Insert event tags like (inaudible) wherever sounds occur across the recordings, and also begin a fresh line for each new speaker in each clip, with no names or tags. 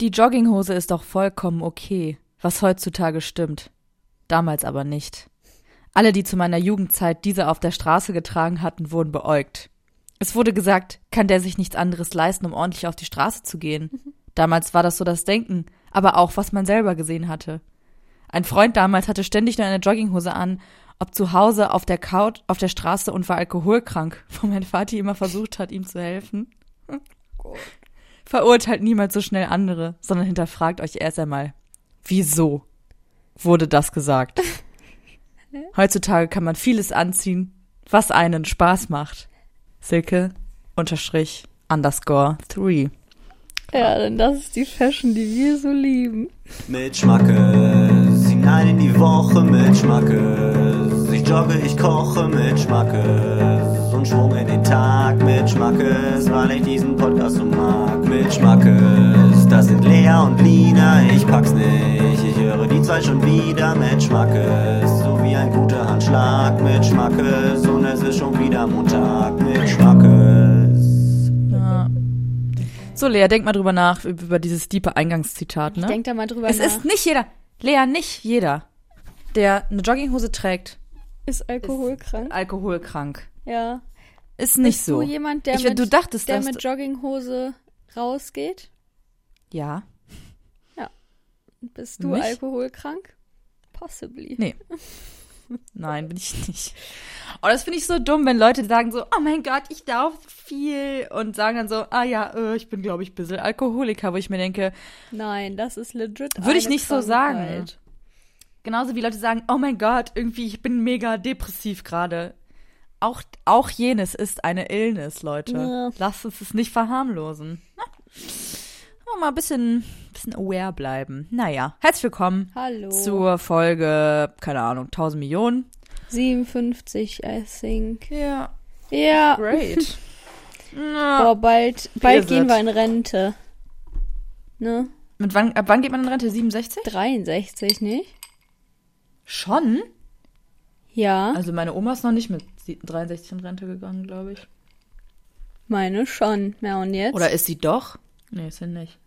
Die Jogginghose ist doch vollkommen okay, was heutzutage stimmt. Damals aber nicht. Alle, die zu meiner Jugendzeit diese auf der Straße getragen hatten, wurden beäugt. Es wurde gesagt, kann der sich nichts anderes leisten, um ordentlich auf die Straße zu gehen. Damals war das so das Denken, aber auch, was man selber gesehen hatte. Ein Freund damals hatte ständig nur eine Jogginghose an, ob zu Hause, auf der Couch, auf der Straße und war alkoholkrank, wo mein Vati immer versucht hat, ihm zu helfen. Verurteilt niemals so schnell andere, sondern hinterfragt euch erst einmal, wieso wurde das
(laughs)
gesagt? Heutzutage kann man vieles anziehen, was einen Spaß macht. Silke unterstrich underscore three.
Ja, denn das ist die Fashion, die wir so lieben.
Mit Schmackes, hinein in die Woche mit Schmackes. Ich jogge, ich koche mit Schmackes. Und Schwung in den Tag mit Schmackes, weil ich diesen Podcast so mag. Mit Schmackes, das sind Lea und Lina, ich pack's nicht. Ich höre die zwei schon wieder mit Schmackes. So wie ein guter Handschlag mit Schmackes. Und es ist schon wieder Montag mit Schmackes.
Ja. So, Lea, denk mal drüber nach, über dieses diepe Eingangszitat,
Ich
ne?
denk da mal drüber
es
nach.
ist nicht jeder, Lea, nicht jeder, der eine Jogginghose trägt,
ist alkoholkrank.
alkoholkrank.
ja.
Ist nicht
Bist
so.
Du jemand, der
ich,
mit,
du dachtest,
der
dass
mit
du,
Jogginghose rausgeht?
ja.
Bist du
Mich?
alkoholkrank? Possibly.
Nee. Nein, bin ich nicht. Oh, das finde ich so dumm, wenn Leute sagen so, oh mein Gott, ich darf viel und sagen dann so, ah ja, äh, ich bin, glaube ich, ein bisschen Alkoholiker, wo ich mir denke,
Nein, das ist legit.
Würde ich
eine
nicht so sagen.
Krankheit.
genauso wie Leute sagen, oh mein Gott, irgendwie, ich bin mega depressiv gerade. Auch, auch jenes ist eine Illness, Leute.
Ja.
Lasst uns es nicht verharmlosen. Na? Mal ein bisschen, bisschen aware bleiben. Naja, herzlich willkommen
Hallo.
zur Folge, keine Ahnung, 1000 Millionen.
57, I think.
Ja,
Ja.
great. (laughs) Na,
Boah, bald, bald
Wir
gehen wir
sind-
in Rente. Ne?
Mit wann, ab wann geht man in Rente? 67?
63, nicht?
Schon?
Ja,
Also meine Oma ist noch nicht mit sie- 63 in Rente gegangen, glaube ich.
meine schon. Ja, und jetzt?
Oder ist sie doch? Nee, ist sie nicht.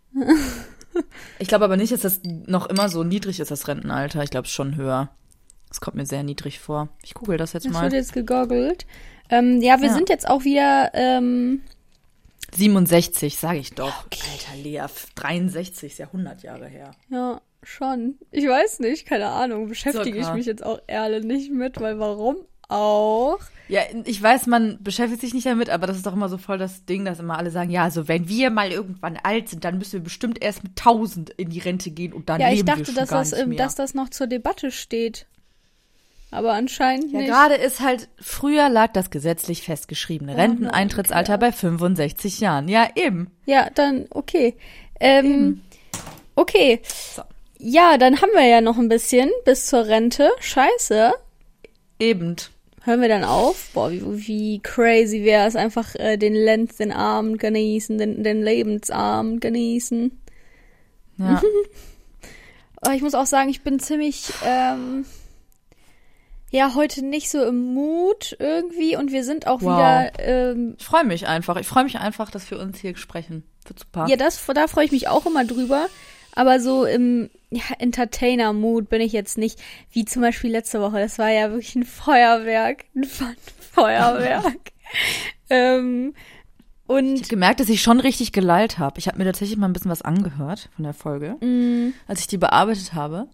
ich glaube aber nicht, dass das noch immer so niedrig ist, das Rentenalter. Ich glaube schon höher. Das kommt mir sehr niedrig vor. Ich google das jetzt
das
mal.
wird jetzt gegoggelt. Ähm, ja, wir
Ja.
sind jetzt auch wieder, ähm,
67, sage ich doch. Alter, Lea, 63 ist ja 100 Jahre her.
ja, schon. Ich weiß nicht, keine Ahnung. Beschäftige ich
Circa.
mich jetzt auch ehrlich nicht mit, weil warum auch?
Ja, ich weiß, man beschäftigt sich nicht damit, aber das ist doch immer so voll das Ding, dass immer alle sagen, ja, also wenn wir mal irgendwann alt sind, dann müssen wir bestimmt erst mit 1000 in die Rente gehen und dann
Ja,
leben
ich
wir
dachte,
schon
dass
gar
das,
nicht
ähm,
mehr.
dass das noch zur Debatte steht. Aber anscheinend
ja,
nicht.
gerade ist halt, früher lag das gesetzlich
Oh
festgeschriebene Renteneintrittsalter
klar.
bei 65 Jahren. Ja, eben.
Ja, dann okay. Ähm, okay.
So.
Ja, dann haben wir ja noch ein bisschen bis zur Rente. Scheiße.
Eben.
Hören wir dann auf? Boah, wie, wie crazy wäre es, einfach äh, den Lenz, den Abend genießen, den, den Lebensabend genießen.
Ja.
(laughs) Aber ich muss auch sagen, ich bin ziemlich, ähm, ja, heute nicht so im Mut irgendwie und wir sind auch
Wow.
wieder, ähm,
Ich freue mich einfach. Ich freue mich einfach, dass wir uns hier sprechen. Wird super.
Ja, das, da freue ich mich auch immer drüber. Aber so im ja, Entertainer-Mood bin ich jetzt nicht, wie zum Beispiel letzte Woche. Das war ja wirklich ein Feuerwerk. Ein Fun- Feuerwerk. ähm,
Ich
und
habe gemerkt, dass ich schon richtig gelallt habe. Ich habe mir tatsächlich mal ein bisschen was angehört von der Folge,
Mhm.
als ich die bearbeitet habe.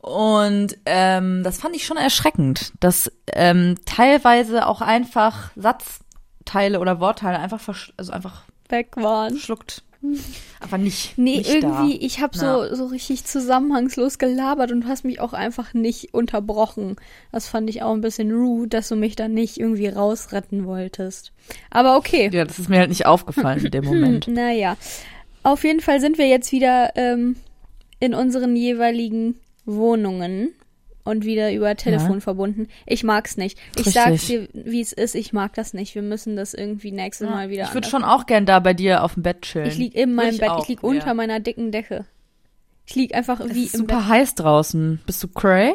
Und ähm, das fand ich schon erschreckend, dass ähm, teilweise auch einfach Satzteile oder Wortteile einfach versch also einfach
weg waren.
schluckt. Aber nicht.
Mhm. Nee,
nicht
irgendwie,
Da.
ich habe
Na.
so, so richtig zusammenhangslos gelabert und du hast mich auch einfach nicht unterbrochen. Das fand ich auch ein bisschen rude, dass du mich da nicht irgendwie rausretten wolltest. Aber okay.
Ja, das ist mir halt nicht aufgefallen in dem
(laughs)
Moment.
Naja, auf jeden Fall sind wir jetzt wieder ähm, in unseren jeweiligen Wohnungen und wieder über Telefon verbunden. Ich mag's nicht. Ich
Richtig.
sag's dir, wie es ist, ich mag das nicht. Wir müssen das irgendwie nächstes Mal wieder
ich würde
anders-
schon auch gern da bei dir auf dem Bett chillen.
Ich lieg in
Würd
meinem Bett,
auch,
ich lieg
ja.
unter meiner dicken Decke. Ich lieg einfach
Es
wie
ist
im Bett.
super heiß draußen. Bist du cray?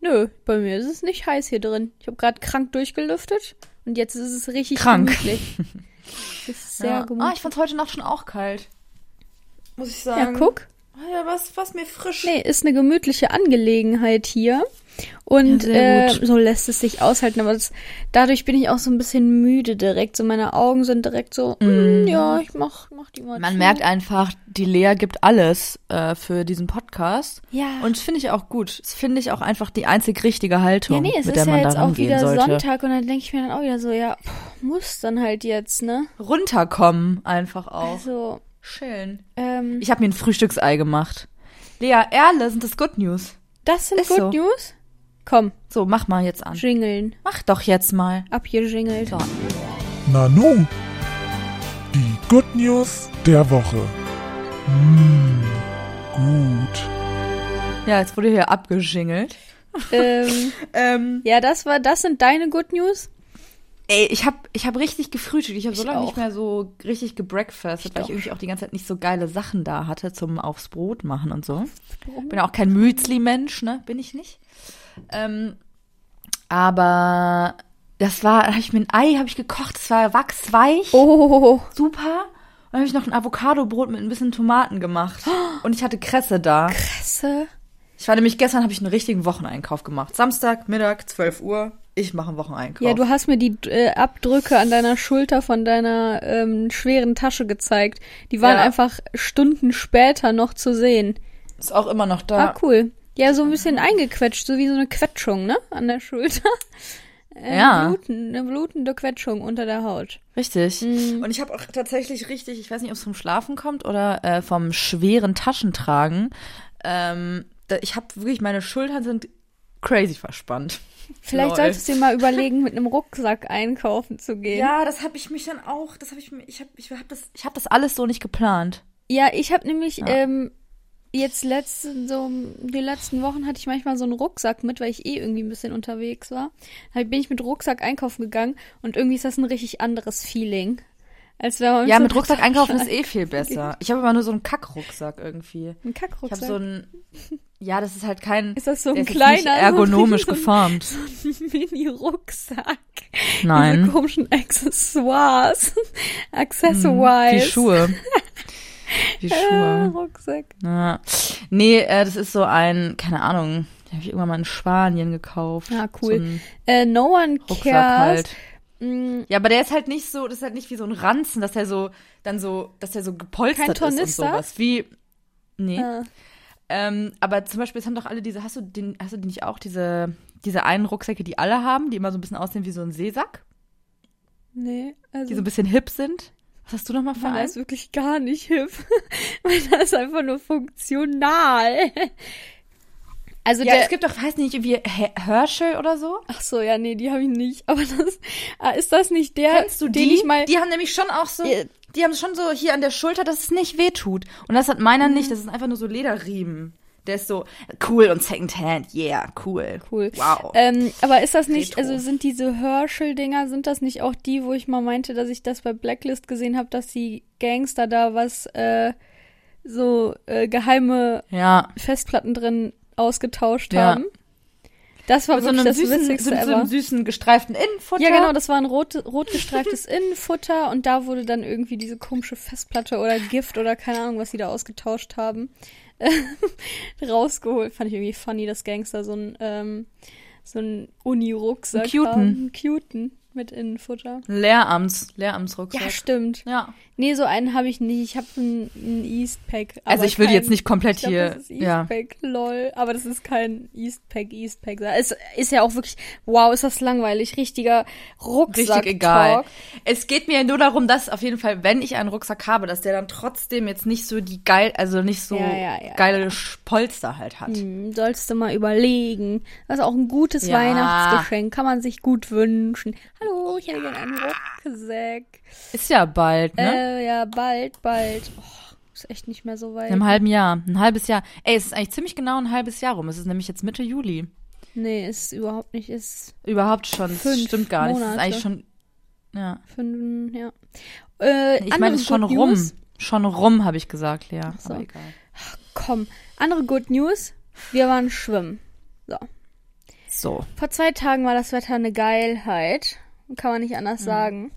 Nö, bei mir ist es nicht heiß hier drin. Ich habe gerade krank durchgelüftet und jetzt ist es richtig
Krank. (laughs)
gemütlich. Es ist sehr
ja.
gemütlich.
Ah, ich fand's heute Nacht schon auch kalt.
muss ich
Ja,
sagen.
guck.
Alter, was, was mir frisch.
Nee, ist eine gemütliche Angelegenheit hier. Und
Ja, sehr
äh,
gut.
so lässt es sich aushalten. Aber das, dadurch bin ich auch so ein bisschen müde direkt. So meine Augen sind direkt so, mm. ja, ich mach, mach die mal
Mhm. Man
zu.
merkt einfach, die Lea gibt alles äh, für diesen Podcast.
Ja.
Und das finde ich auch gut. Das finde ich auch einfach die einzig richtige Haltung,
ja, nee, es
mit
ist
der
ja
man da
jetzt auch
rangehen
wieder
sollte.
Sonntag und dann denke ich mir dann auch wieder so, ja, pff, muss dann halt jetzt, ne?
Runterkommen einfach auch.
Also,
Schön.
ähm,
Ich habe mir ein Frühstücksei gemacht. Lea, Erle, sind das Good News?
das sind
Ist
Good
so.
News. Komm,
So, mach mal jetzt an.
jingeln.
Mach doch jetzt mal.
Ab hier jingelt.
So.
Na nu, die Good News der Woche. Mmh, gut.
Ja, jetzt wurde hier abgeschingelt.
ähm,
(laughs) Ähm,
ja, das war, das sind deine Good News.
Ey, ich hab, ich hab richtig gefrühstückt. Ich habe so
Ich
lange
auch.
nicht mehr so richtig gebreakfastet, weil ich
auch.
irgendwie auch die ganze Zeit nicht so geile Sachen da hatte zum aufs Brot machen und so. Bin ja auch kein Müsli-Mensch, ne? Bin ich nicht. Ähm, aber das war, da hab ich mir ein Ei hab ich gekocht, das war wachsweich,
Oh,
super. Und dann habe ich noch ein Avocado-Brot mit ein bisschen Tomaten gemacht.
(gasps)
Und ich hatte Kresse da.
Kresse.
Ich war nämlich gestern, habe ich einen richtigen Wocheneinkauf gemacht. Samstag, Mittag, 12 Uhr. Ich mache einen Wocheneinkauf.
Ja, du hast mir die äh, Abdrücke an deiner Schulter von deiner ähm, schweren Tasche gezeigt. Die waren
Ja.
einfach Stunden später noch zu sehen.
Ist auch immer noch da.
Ah, cool. Ja, so ein bisschen eingequetscht, so wie so eine Quetschung, ne? An der Schulter. Äh,
Ja.
Bluten, eine blutende Quetschung unter der Haut.
Richtig.
Mhm.
Und ich habe auch tatsächlich richtig, ich weiß nicht, ob es vom Schlafen kommt oder äh, vom schweren Taschentragen. Ähm, da, ich habe wirklich, meine Schultern sind crazy verspannt.
Vielleicht
Lol.
solltest du dir mal überlegen, mit einem Rucksack einkaufen zu gehen.
Ja, das habe ich mich dann auch, das habe ich mir, ich habe ich hab das, ich hab das alles so nicht geplant.
Ja, ich habe nämlich ähm, jetzt letzte, so die letzten Wochen hatte ich manchmal so einen Rucksack mit, weil ich eh irgendwie ein bisschen unterwegs war. Da bin ich mit Rucksack einkaufen gegangen und irgendwie ist das ein richtig anderes Feeling. Als wenn man
Ja,
so
mit
einem
Rucksack einkaufen
(laughs)
ist eh viel besser. Ich habe immer nur so einen Kackrucksack irgendwie.
Ein
Ich
Kackrucksack.
habe so einen, ja, das ist halt kein,
ist das so
der
ein
ist jetzt nicht
kleiner, (laughs)
ergonomisch
so ein-
geformt.
(laughs) Mini-Rucksack. Diese
Nein,
komischen Accessoires. (laughs)
Hm, die
Accessoires.
Schuhe.
(laughs)
Die
Ah,
Schuhe.
Rucksack.
Ja. Nee, äh, das ist so ein, keine Ahnung, den habe ich irgendwann mal in Spanien gekauft.
Ah,
So
cool.
ein
Äh, no one
Rucksack
cares.
halt.
Mm,
Ja, aber der ist halt nicht so, das ist halt nicht wie so ein Ranzen, dass er so, dann so, dass er so
Kein
gepolstert ist und
Tornister?
sowas. Wie, nee.
ah.
Ähm, aber zum Beispiel, es haben doch alle diese, hast du den, hast du die nicht auch, diese, diese einen Rucksäcke, die alle haben, die immer so ein bisschen aussehen wie so ein Seesack,
Nee, also.
die so ein bisschen hip sind? Was hast du noch mal für
Meiner
einen?
ist wirklich gar nicht hip. (laughs) Meiner ist einfach nur funktional. Also
Ja,
der.
es gibt doch, weiß nicht, irgendwie He- Herschel oder so.
Ach so, ja, nee, die habe ich nicht. Aber das ah, ist das nicht der,
Kennst du
den
die?
ich mal.
die haben nämlich schon auch so,
Ja.
die haben schon so hier an der Schulter, dass es nicht wehtut. Und das hat meiner
Mhm.
nicht, das ist einfach nur so Lederriemen. Der ist so cool und Secondhand, yeah, cool.
Cool.
Wow.
Ähm, aber ist das nicht,
Retro.
also sind diese Herschel-Dinger, sind das nicht auch die, wo ich mal meinte, dass ich das bei Blacklist gesehen habe, dass die Gangster da was äh, so äh, geheime
ja.
Festplatten drin ausgetauscht
Ja.
haben? Das war
Mit so einem,
wirklich das
süßen,
Witzigste
mit so
ever.
einem süßen gestreiften Innenfutter.
Ja, genau, das war ein rot,
(laughs)
rot gestreiftes Innenfutter und da wurde dann irgendwie diese komische Festplatte oder Gift oder keine Ahnung, was sie da ausgetauscht haben, (laughs) rausgeholt. Fand ich irgendwie funny, dass Gangster so ein, ähm, so ein Uni-Rucksack
Einen cuten.
haben. Einen Cuten mit Innenfutter.
Lehramts,
Ja,
Lehramtsrucksack.
stimmt.
Ja.
Nee, so einen habe ich nicht. Ich habe einen, einen Eastpack.
Also
aber
ich würde
kein-
jetzt nicht komplett
ich glaub,
hier.
Das ist
ja.
Eastpack, lol. Aber das ist kein Eastpack, Eastpack. Es ist ja auch wirklich, wow, ist das langweilig. Richtiger Rucksack.
Richtig egal. Es geht mir nur darum, dass auf jeden Fall, wenn ich einen Rucksack habe, dass der dann trotzdem jetzt nicht so die geil, also nicht so
Ja, ja, ja,
geile Polster halt hat.
Hm, sollst du mal überlegen. Das ist auch ein gutes
Ja.
Weihnachtsgeschenk. Kann man sich gut wünschen. Hallo, ich hätte gerne einen Rucksack.
Ist ja bald, ne?
Äh, ja, bald, bald. Oh, ist echt nicht mehr so weit.
In einem halben Jahr. Ein halbes Jahr. Ey, es ist eigentlich ziemlich genau ein halbes Jahr rum. Es ist nämlich jetzt Mitte Juli.
Nee, ist überhaupt nicht. Ist
Überhaupt schon. Das
Fünf
stimmt gar nicht. Es ist
Monate.
eigentlich schon. Ja.
fünf, ja. Äh,
Ich
andere
meine, es ist schon
Good
rum.
News.
Schon rum, habe ich gesagt, Lea.
so.
Aber egal.
Komm, andere Good News. Wir waren schwimmen. So.
So.
Vor zwei Tagen war das Wetter eine Geilheit. Kann man
Mhm.
nicht anders sagen.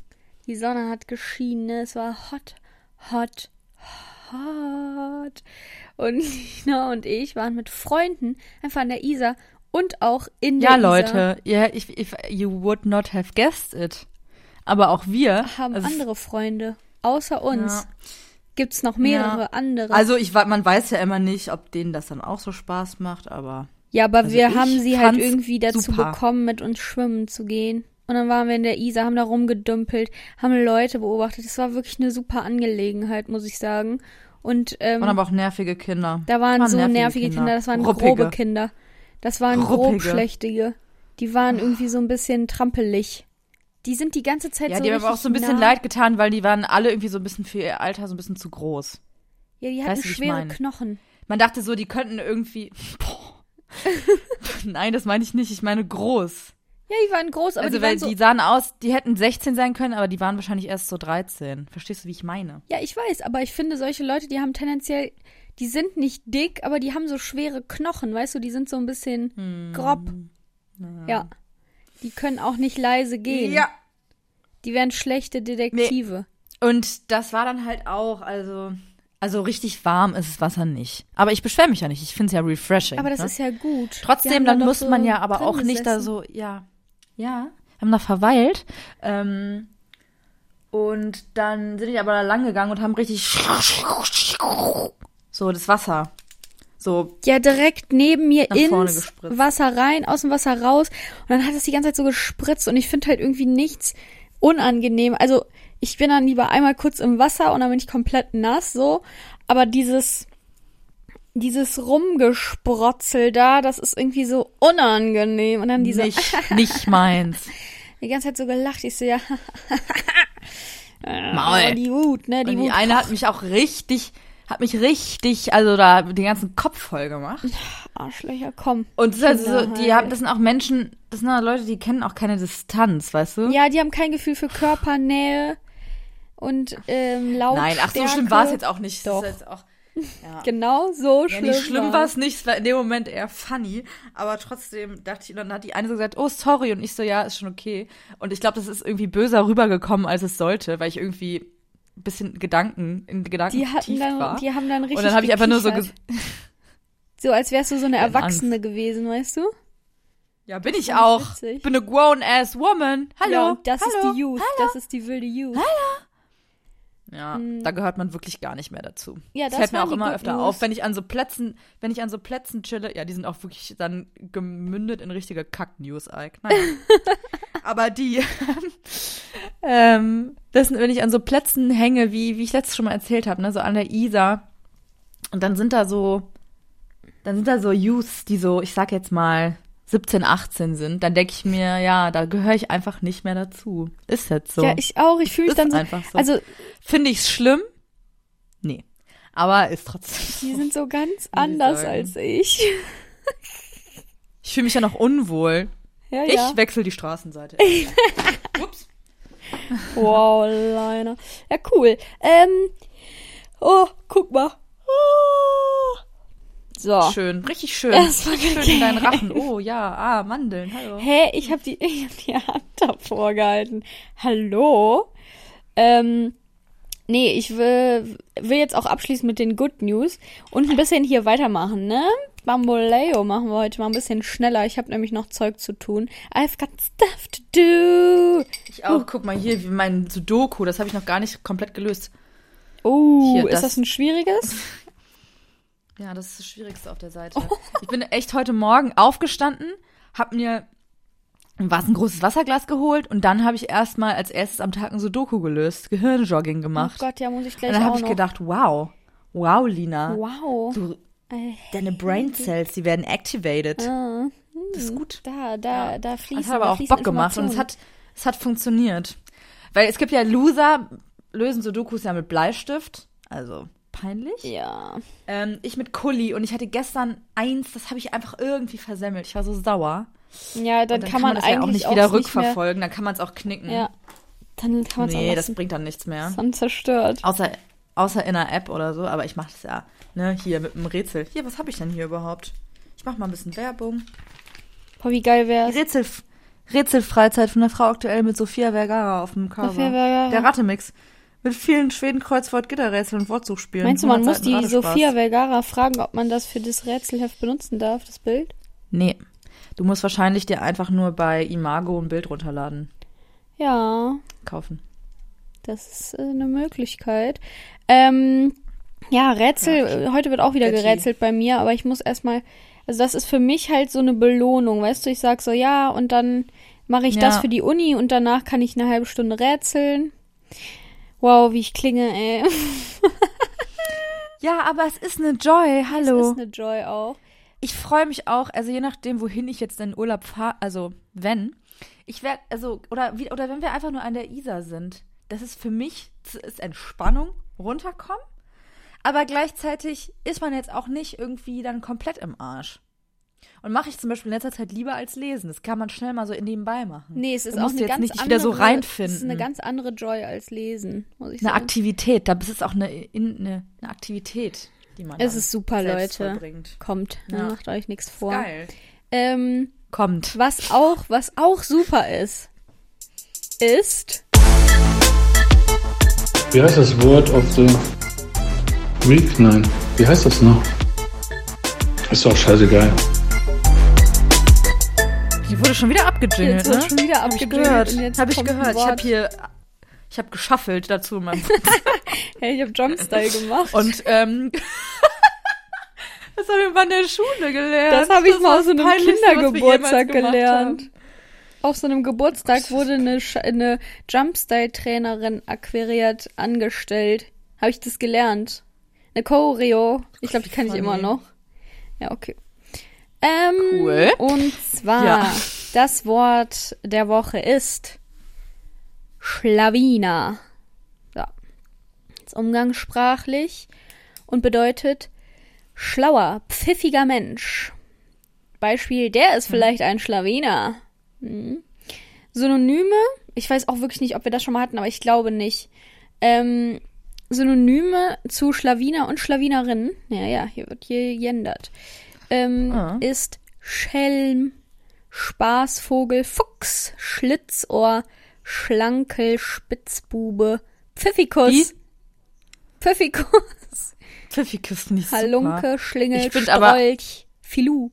Die Sonne hat geschienen, es war hot, hot, hot. Und (laughs) Nina und ich waren mit Freunden einfach an der Isar und auch in der
Ja,
Isar.
Leute, ja, ich, ich, you would not have guessed it. Aber auch wir
Haben
also,
andere Freunde. Außer uns.
Ja.
Gibt's noch mehrere
Ja.
andere.
Also ich wa- man weiß ja immer nicht, ob denen das dann auch so Spaß macht, aber
ja, aber
also
wir
ich
haben sie halt
fand's
irgendwie dazu
super.
bekommen, mit uns schwimmen zu gehen. Und dann waren wir in der Isar, haben da rumgedümpelt, haben Leute beobachtet. Es war wirklich eine super Angelegenheit, muss ich sagen. Und ähm,
waren aber auch nervige Kinder.
Da waren, so nervige, Kinder. das waren grobe Kinder. Das waren grob
Ruppige.
schlechtige. Die waren irgendwie so ein bisschen trampelig. Die sind die ganze Zeit
Ja,
so
die haben aber auch
richtig
so ein bisschen
nah.
leid getan, weil die waren alle irgendwie so ein bisschen für ihr Alter so ein bisschen zu groß.
Ja, die
Weißt
hatten
du, wie ich
schwere
meine?
Knochen.
Man dachte so, die könnten irgendwie (laughs) Boah. Nein, das meine ich nicht, ich meine groß.
Ja, die waren groß, aber
also
die
weil
waren so
die sahen aus, die hätten 16 sein können, aber die waren wahrscheinlich erst so 13. Verstehst du, wie ich meine?
Ja, ich weiß, aber ich finde solche Leute, die haben tendenziell die sind nicht dick, aber die haben so schwere Knochen, weißt du, die sind so ein bisschen
Hm.
grob. Ja. Die können auch nicht leise gehen. Die wären schlechte Detektive.
Und das war dann halt auch, also also richtig warm ist das Wasser nicht. Aber ich beschwere mich ja nicht, ich finde es ja refreshing.
Aber das
ne?
ist ja gut. Wir
Trotzdem,
haben
dann
da doch
muss
so
man ja aber
drin
auch nicht da
gesessen.
so, ja, ja, haben da verweilt. Ähm, und dann sind die aber da lang gegangen und haben richtig so das Wasser. So,
Ja, direkt neben mir
Nach vorne
ins
gespritzt.
Wasser rein, aus dem Wasser raus. Und dann hat es die ganze Zeit so gespritzt und ich finde halt irgendwie nichts unangenehm. Also ich bin dann lieber einmal kurz im Wasser und dann bin ich komplett nass so. Aber dieses, dieses Rumgesprotzel da, das ist irgendwie so unangenehm. Und dann diese
nicht, nicht
(laughs)
meins.
die ganze Zeit so gelacht. Ich so, ja. (laughs)
Maul.
Oh, die Wut, ne? Die,
Und
Wut.
die eine hat mich auch richtig, hat mich richtig, also da den ganzen Kopf voll gemacht.
Arschlöcher, komm.
Und das ist also so,
Kinder
die
halt.
haben, das sind auch Menschen, das sind auch Leute, die kennen auch keine Distanz, weißt du?
Ja, die haben kein Gefühl für Körpernähe und ähm, Lautstärke.
Nein, ach so schlimm war es jetzt auch nicht.
Doch.
Das ist jetzt auch, ja.
Genau so
Ja,
schlimm.
nee, schlimm war
war's.
es nicht, es war in dem Moment eher funny, aber trotzdem dachte ich, und dann hat die eine so gesagt, oh sorry, und ich so, ja, ist schon okay. Und ich glaube, das ist irgendwie böser rübergekommen, als es sollte, weil ich irgendwie ein bisschen Gedanken, in Gedanken
Die hatten
vertieft
dann,
war.
die haben dann richtig
und dann habe ich einfach nur so,
gekichert.
ges-
so als wärst du so eine
hatten
Erwachsene gewesen, weißt du?
ja, bin ich
fand ich
auch,
witzig.
bin eine grown-ass woman, hallo,
Ja, und das
hallo.
ist die Youth, das ist die wilde Youth.
Ja, da gehört man wirklich gar nicht mehr dazu.
Ja, das
fällt mir
waren
auch
die
immer
Good
öfter
News.
auf, wenn ich an so Plätzen, wenn ich an so Plätzen chille, ja, die sind auch wirklich dann gemündet in richtige Kack-News, Ike. (laughs) Naja. Aber die, (laughs) ähm, das sind, wenn ich an so Plätzen hänge, wie, wie ich letztes schon mal erzählt habe, ne, so an der Isar. Und dann sind da so, dann sind da so Youths, die so, ich sag jetzt mal, 17, 18 sind, dann denke ich mir, ja, da gehöre ich einfach nicht mehr dazu. Ist jetzt so.
Ja, ich auch. Ich fühle mich
Ist
dann so,
einfach so.
Also,
Finde ich's schlimm? Nee. Aber ist trotzdem.
die
so.
sind so ganz anders
sagen.
als ich. (laughs)
Ich fühle mich ja noch unwohl.
Ja, ja.
Ich wechsle die Straßenseite. Ups.
Wow, Liner. Ja, cool. Ähm, oh, guck mal. Oh. So.
Schön, richtig schön.
Das war
schön in deinen Rachen. Oh ja, ah, Mandeln, hallo.
Hä, ich habe die, (laughs) ich hab die Hand davor gehalten. Hallo? Ähm, nee, ich will, will jetzt auch abschließen mit den Good News und ein bisschen hier weitermachen, ne? Bamboleo machen wir heute mal ein bisschen schneller. Ich habe nämlich noch Zeug zu tun. I've got stuff to do.
Ich auch, guck mal hier, wie mein Sudoku, das habe ich noch gar nicht komplett gelöst.
Oh,
Hier,
ist das,
das-
ein schwieriges?
Ja, das ist das Schwierigste auf der Seite.
Oh.
Ich bin echt heute Morgen aufgestanden, hab mir was ein großes Wasserglas geholt und dann habe ich erstmal als erstes am Tag ein Sudoku gelöst, Gehirnjogging
Oh
gemacht.
Gott, ja, muss ich gleich
Und dann
auch
habe ich
noch.
gedacht, wow, wow, Lina,
wow.
du,
Äh,
deine Brain Cells, die werden activated.
ah,
Das ist gut.
da, da,
Ja.
da fließt
Das hat aber auch Bock gemacht und es hat, es hat funktioniert. Weil es gibt ja Loser, lösen Sudokus ja mit Bleistift, also peinlich.
Ja.
Ähm, ich mit Kuli und ich hatte gestern eins, das habe ich einfach irgendwie versemmelt. Ich war so sauer.
Ja, dann,
Und
kann man,
das
eigentlich
ja auch nicht
auch
wieder
nicht mehr,
rückverfolgen, dann kann man es auch knicken.
Ja. Dann kann man es
Hm? nee,
auch
das
lassen.
bringt dann nichts mehr.
dann zerstört.
Außer, außer in einer App oder so, aber ich mache das ja ne, hier mit einem Rätsel. Hier, was habe ich denn hier überhaupt? Ich mache mal ein bisschen Werbung.
Boah, wie geil wär's.
Also Rätsel, Rätselfreizeit von der Frau aktuell mit Sophia Vergara auf dem Cover.
Sophia Vergara.
Der Rattemix.
Mit vielen schweden kreuzwort gitterrätseln und Wortsuchspielen.
Meinst du, man
100
muss
Seiten
die
Radespaß.
Sophia Vergara fragen, ob man das für das Rätselheft benutzen darf, das Bild?
Nee. Du musst wahrscheinlich dir einfach nur bei Imago ein Bild runterladen,
Ja,
kaufen.
das ist äh, eine Möglichkeit. Ähm, ja, Rätsel, äh, heute wird auch wieder
Götti.
gerätselt bei mir, aber ich muss erstmal, also das ist für mich halt so eine Belohnung, weißt du, ich sag so, ja, und dann mache ich
Ja.
das für die Uni und danach kann ich eine halbe Stunde rätseln. Wow, wie ich klinge, ey. (laughs)
Ja, aber es ist eine Joy,
Das
hallo.
ist eine Joy auch.
Ich freue mich auch, also je nachdem, wohin ich jetzt in den Urlaub fahre, also wenn, ich werde, also, oder, wie, oder wenn wir einfach nur an der Isar sind, das ist für mich, das ist Entspannung, runterkommen, aber gleichzeitig ist man jetzt auch nicht irgendwie dann komplett im Arsch. Und mache ich zum Beispiel in letzter Zeit lieber als lesen. Das kann man schnell mal so nebenbei machen.
Nee, es ist
Da
auch
musst
eine
du jetzt
ganz
nicht dich wieder
andere,
so
Es ist eine
reinfinden.
ganz andere Joy als lesen, muss ich
eine
sagen.
Aktivität. Da ist es auch eine, in, eine, eine Aktivität, die man
Es
dann
ist super,
selbst
Leute.
vollbringt.
Kommt, ne,
Ja.
macht euch nichts vor.
Geil.
Ähm,
Kommt.
was auch, was auch super ist, ist
Wie heißt das Word of the Week? Nein. Wie heißt das noch? Ist doch scheißegal.
Die wurde schon wieder abgejingelt,
jetzt wird
ne?
schon wieder
Hab ich
abgedreht
gehört.
und jetzt
Hab ich
kommt ein
gehört. Ich
Wort.
habe hier, ich habe geschaffelt dazu. in meinem-
hey, ich habe Jumpstyle gemacht.
Und (laughs) ähm, das habe ich mal in der Schule gelernt.
das habe ich mal auf so einem
Peinlichste, was wir jemals
Kindergeburtstag
gemacht
gelernt.
haben.
Auf so einem Geburtstag wurde eine, Sch- eine Jumpstyle-Trainerin akquiriert, angestellt. Habe ich das gelernt? Eine Choreo. Ich glaube, die kann ich
funny.
immer noch. Ja, okay. Ähm,
Cool.
Und zwar,
Ja.
das Wort der Woche ist Schlawiner. So. Ist umgangssprachlich und bedeutet schlauer, pfiffiger Mensch. Beispiel, der
Hm.
ist vielleicht ein Schlawiner. Hm. Synonyme, ich weiß auch wirklich nicht, ob wir das schon mal hatten, aber ich glaube nicht. Ähm, Synonyme zu Schlawiner und Schlawinerin, ja, ja, hier wird hier gendert, ähm,
Ah.
ist Schelm, Spaßvogel, Fuchs, Schlitzohr, Schlankel, Spitzbube, Pfiffikus.
Wie?
Pfiffikus.
Pfiffikus ist nicht super.
Halunke, Schlingel,
Ich find aber-
Strolch, Filou.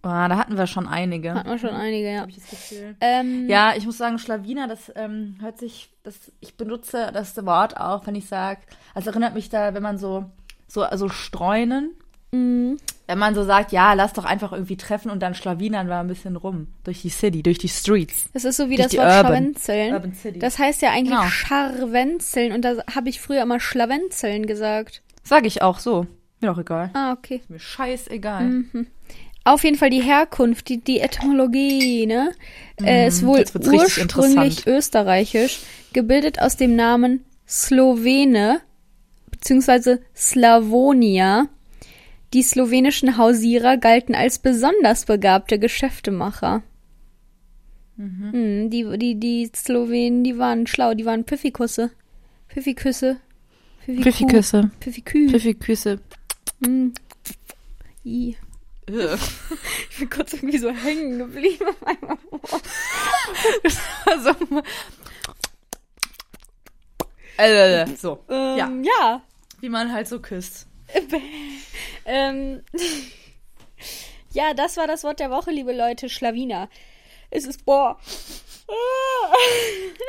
Ah, da hatten wir schon einige.
Hatten wir schon einige, ja.
Hab ich das Gefühl.
Ähm,
Ja, ich muss sagen, Schlawiner, das ähm, hört sich, das, ich benutze das Wort auch, wenn ich sage, also erinnert mich da, wenn man so, so also streunen,
mm,
wenn man so sagt, ja, lass doch einfach irgendwie treffen und dann schlawinern wir ein bisschen rum, durch die City, durch die Streets.
Das ist so wie
Durch
das
die
Wort
Urban-
Schlawenzeln.
Urban City.
Das heißt ja eigentlich
Genau.
Scharwenzeln und da habe ich früher immer Schlawenzeln gesagt.
Sag ich auch so. Mir doch egal.
Ah, okay.
Mir scheißegal.
Mhm. Auf jeden Fall die Herkunft, die, die Etymologie, ne? äh, ist wohl
Mhm, jetzt wird's richtig
ursprünglich
interessant.
österreichisch, gebildet aus dem Namen Slowene bzw. Slavonia. Die slowenischen Hausierer galten als besonders begabte Geschäftemacher.
Mhm.
Hm, die, die, die Slowenen, die waren schlau, die waren Pfiffikusse. Pfiffiküsse. Pfiffiku-
Pfiffiküsse,
Pfiffikü.
Pfiffiküsse.
Mm.
Äh.
I. (laughs) Ich bin kurz irgendwie so hängen geblieben auf meinem Ohr.
also, äh, so, ja,
Ähm, ja.
wie man halt so küsst.
Ähm, (laughs) ja, das war das Wort der Woche, liebe Leute. Schlawiner. Es ist, boah. Ah.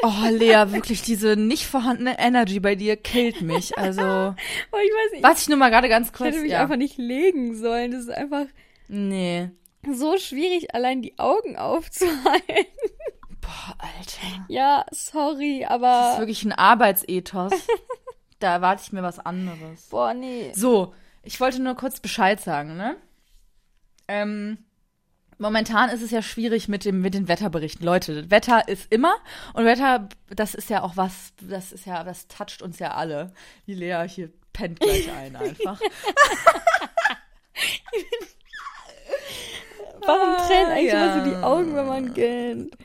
Oh, Lea, wirklich diese nicht vorhandene Energy bei dir killt mich. (laughs) Also,
Oh, ich weiß nicht.
was ich nur mal gerade ganz
Ich
kurz.
hätte mich
ja.
einfach nicht legen sollen. Das ist einfach
nee.
so schwierig, allein die
(laughs)
Augen aufzuhalten.
Boah, Alter.
Ja, sorry,
Das ist
aber.
wirklich ein
(laughs)
Arbeitsethos. da erwarte ich mir was anderes.
Boah, nee.
So, ich wollte nur kurz Bescheid sagen, ne? Ähm, momentan ist es ja schwierig mit dem mit den Wetterberichten, Leute. das Wetter ist immer und Wetter, das ist ja auch was, das ist ja, das toucht uns ja alle. Die Lea hier pennt
(laughs)
gleich ein einfach.
Warum tränen eigentlich
Ah, ja.
immer so die Augen, wenn man gähnt?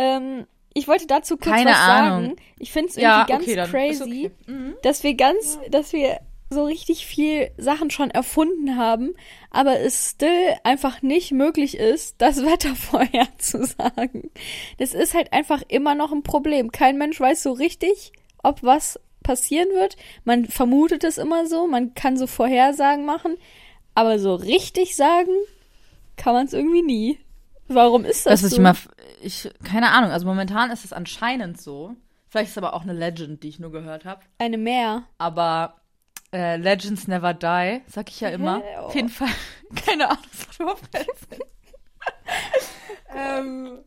Ähm, ich wollte dazu kurz
Keine
was
Ahnung.
sagen. Ich finde es irgendwie
ja,
ganz
okay, dann
crazy,
ist okay. Mhm.
dass wir ganz, dass wir so richtig viel Sachen schon erfunden haben, aber es still einfach nicht möglich ist, das (laughs) Wetter vorherzusagen. Das ist halt einfach immer noch ein Problem. Kein Mensch weiß so richtig, ob was passieren wird. Man vermutet es immer so, man kann so Vorhersagen machen, aber so richtig sagen kann man es irgendwie nie. Warum ist das,
Das ist
so?
immer, ich, keine Ahnung, also momentan ist es anscheinend so. Vielleicht ist es aber auch eine Legend, die ich nur gehört habe.
Eine mehr.
Aber äh, Legends never die, sag ich ja immer.
Hä?
Auf jeden Fall, (laughs) keine Ahnung, was du überhaupt
(laughs)
meinst. ähm,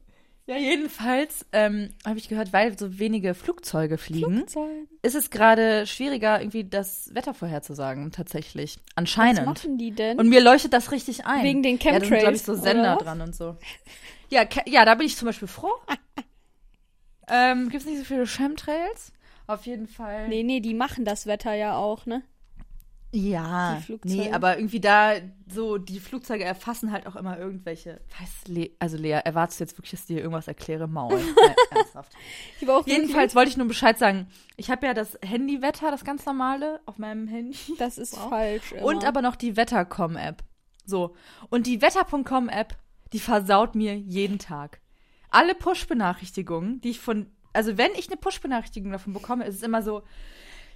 ja, jedenfalls ähm, habe ich gehört, weil so wenige Flugzeuge fliegen, ist es gerade schwieriger, irgendwie das Wetter vorherzusagen, tatsächlich.
Was
Anscheinend.
machen die denn?
Und mir leuchtet das richtig ein.
Wegen den
Ja, da sind, glaube ich,
Chemtrails,
so Sender
oder was?
dran und so. Ja, Ke- ja, da bin ich zum Beispiel
(laughs)
froh. ähm, Gibt es nicht so viele Chemtrails? Auf jeden Fall.
nee, nee, die machen das Wetter ja auch, ne?
Ja,
Die Flugzeuge.
nee, aber irgendwie da so, die Flugzeuge erfassen halt auch immer irgendwelche. Weiß, Le also Lea, erwartest du jetzt wirklich, dass ich dir irgendwas erkläre? (laughs) Maul. Nein, ernsthaft.
Die war auch
Jedenfalls wollte ich nur Bescheid sagen. Ich habe ja das Handywetter, das ganz normale, auf meinem Handy.
wirklich- Das ist falsch. Immer.
Und aber noch die Wetter.com-App. So. Und die Wetter.com-App, die versaut mir jeden Tag. Alle Push-Benachrichtigungen, die ich von. Also, wenn ich eine Push-Benachrichtigung davon bekomme, ist es immer so.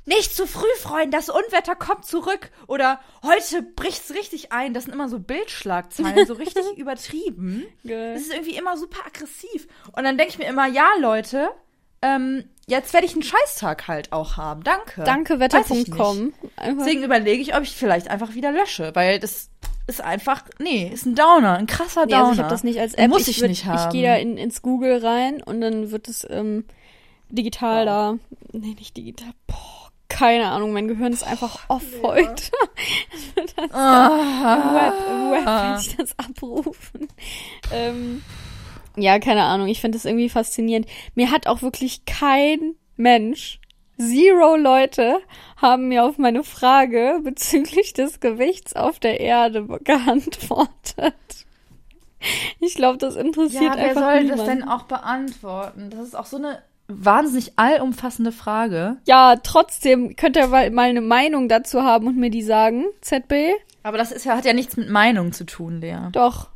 Nicht zu früh freuen, das Unwetter kommt zurück. Oder heute bricht's richtig ein. Das sind immer so Bildschlagzeilen, so richtig
(laughs)
übertrieben.
Geil.
Das ist irgendwie immer super aggressiv. Und dann denke ich mir immer, ja, Leute, ähm, jetzt werde ich einen Scheißtag halt auch haben. Danke.
Danke,
Weiß ich nicht.
Wetter.com. Einfach-
Deswegen überlege ich, ob ich vielleicht einfach wieder lösche, weil das ist einfach, nee, ist ein Downer, ein krasser
Nee,
Downer.
also ich habe das nicht als App.
Muss ich
würd-
nicht haben.
Ich gehe da in, ins Google rein und dann wird es ähm, digital da. Nee, nicht digital. Boah, keine Ahnung, mein Gehirn ist einfach off heute. Im Web, im Web
Ah.
will ich das abrufen. Ähm, ja, keine Ahnung. Ich finde das irgendwie faszinierend. Mir hat auch wirklich kein Mensch, zero Leute, haben mir auf meine Frage bezüglich des Gewichts auf der Erde geantwortet. Ich glaube, das interessiert
ja, wer
einfach
soll
niemanden.
das denn auch beantworten? Das ist auch so eine wahnsinnig allumfassende Frage.
ja, trotzdem könnt ihr mal mal eine Meinung dazu haben und mir die sagen, ZB.
Aber das ist ja, hat ja nichts mit Meinung zu tun, Lea.
Doch.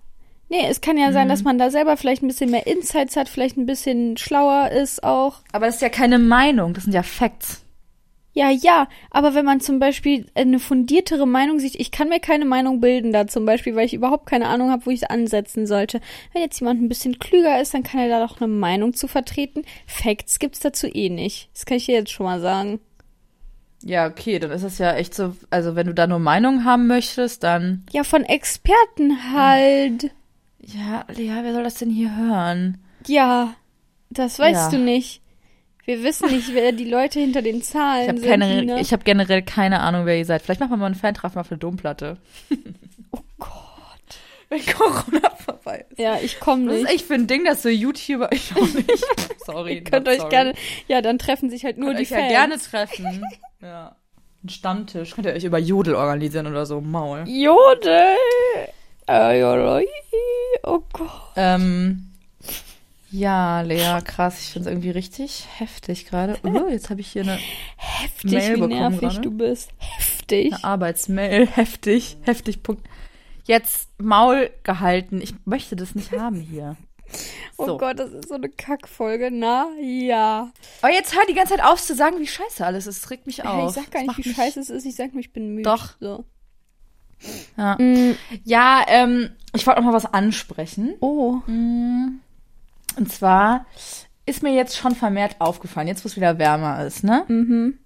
Nee, es kann ja sein,
Mhm.
dass man da selber vielleicht ein bisschen mehr Insights hat, vielleicht ein bisschen schlauer ist auch.
Aber das ist ja keine Meinung, das sind ja Facts.
Ja, ja, aber wenn man zum Beispiel eine fundiertere Meinung sieht, ich kann mir keine Meinung bilden da zum Beispiel, weil ich überhaupt keine Ahnung habe, wo ich ansetzen sollte. Wenn jetzt jemand ein bisschen klüger ist, dann kann er da doch eine Meinung zu vertreten. Facts gibt's dazu eh nicht. Das kann ich dir jetzt schon mal sagen.
Ja, okay, dann ist das ja echt so, also wenn du da nur Meinung haben möchtest, dann.
Ja, von Experten halt.
Ja, Lea, wer soll das denn hier hören?
Ja, das weißt
Ja.
du nicht. Wir wissen nicht, wer die Leute hinter den Zahlen
Ich habe
sind.
keine,
ne?
ich habe generell keine Ahnung, wer ihr seid. Vielleicht machen wir mal einen Fantreffen auf der Domplatte. oh Gott. Wenn Corona vorbei ist.
ja, ich komme
Was
nicht.
ist echt für ein Ding, dass so YouTuber ich auch nicht.
(laughs)
Sorry.
Ihr könnt
not
euch
sorry.
gerne, ja, dann treffen sich halt nur
könnt
die
euch
Fans.
ja gerne
(laughs)
treffen. Ja. Ein Stammtisch. Könnt ihr euch über Jodel organisieren oder so. Maul.
Jodel! Äh, Jodel. Oh Gott.
Ähm, ja, Lea, krass. Ich finde es irgendwie richtig heftig
(laughs)
gerade. Oh, jetzt habe ich hier eine,
Heftig,
Mail
wie
bekommen
nervig
gerade.
du bist. Heftig.
eine Arbeitsmail. (laughs) Heftig. Heftig. Punkt. Jetzt Maul gehalten. Ich möchte das nicht haben hier.
Oh Gott, das ist so eine Kackfolge. Na ja.
Aber jetzt hör die ganze Zeit auf zu sagen, wie scheiße alles ist. Das regt mich
Hey,
auf.
ich sag
Das
gar nicht,
macht
wie
mich-
scheiße es ist. Ich sag nur, ich bin müde.
Doch.
So.
Ja,
Mm,
ja ähm, ich wollte noch mal was ansprechen.
oh.
Mhm. Und zwar ist mir jetzt schon vermehrt aufgefallen, jetzt wo es wieder wärmer ist, ne?
Mhm.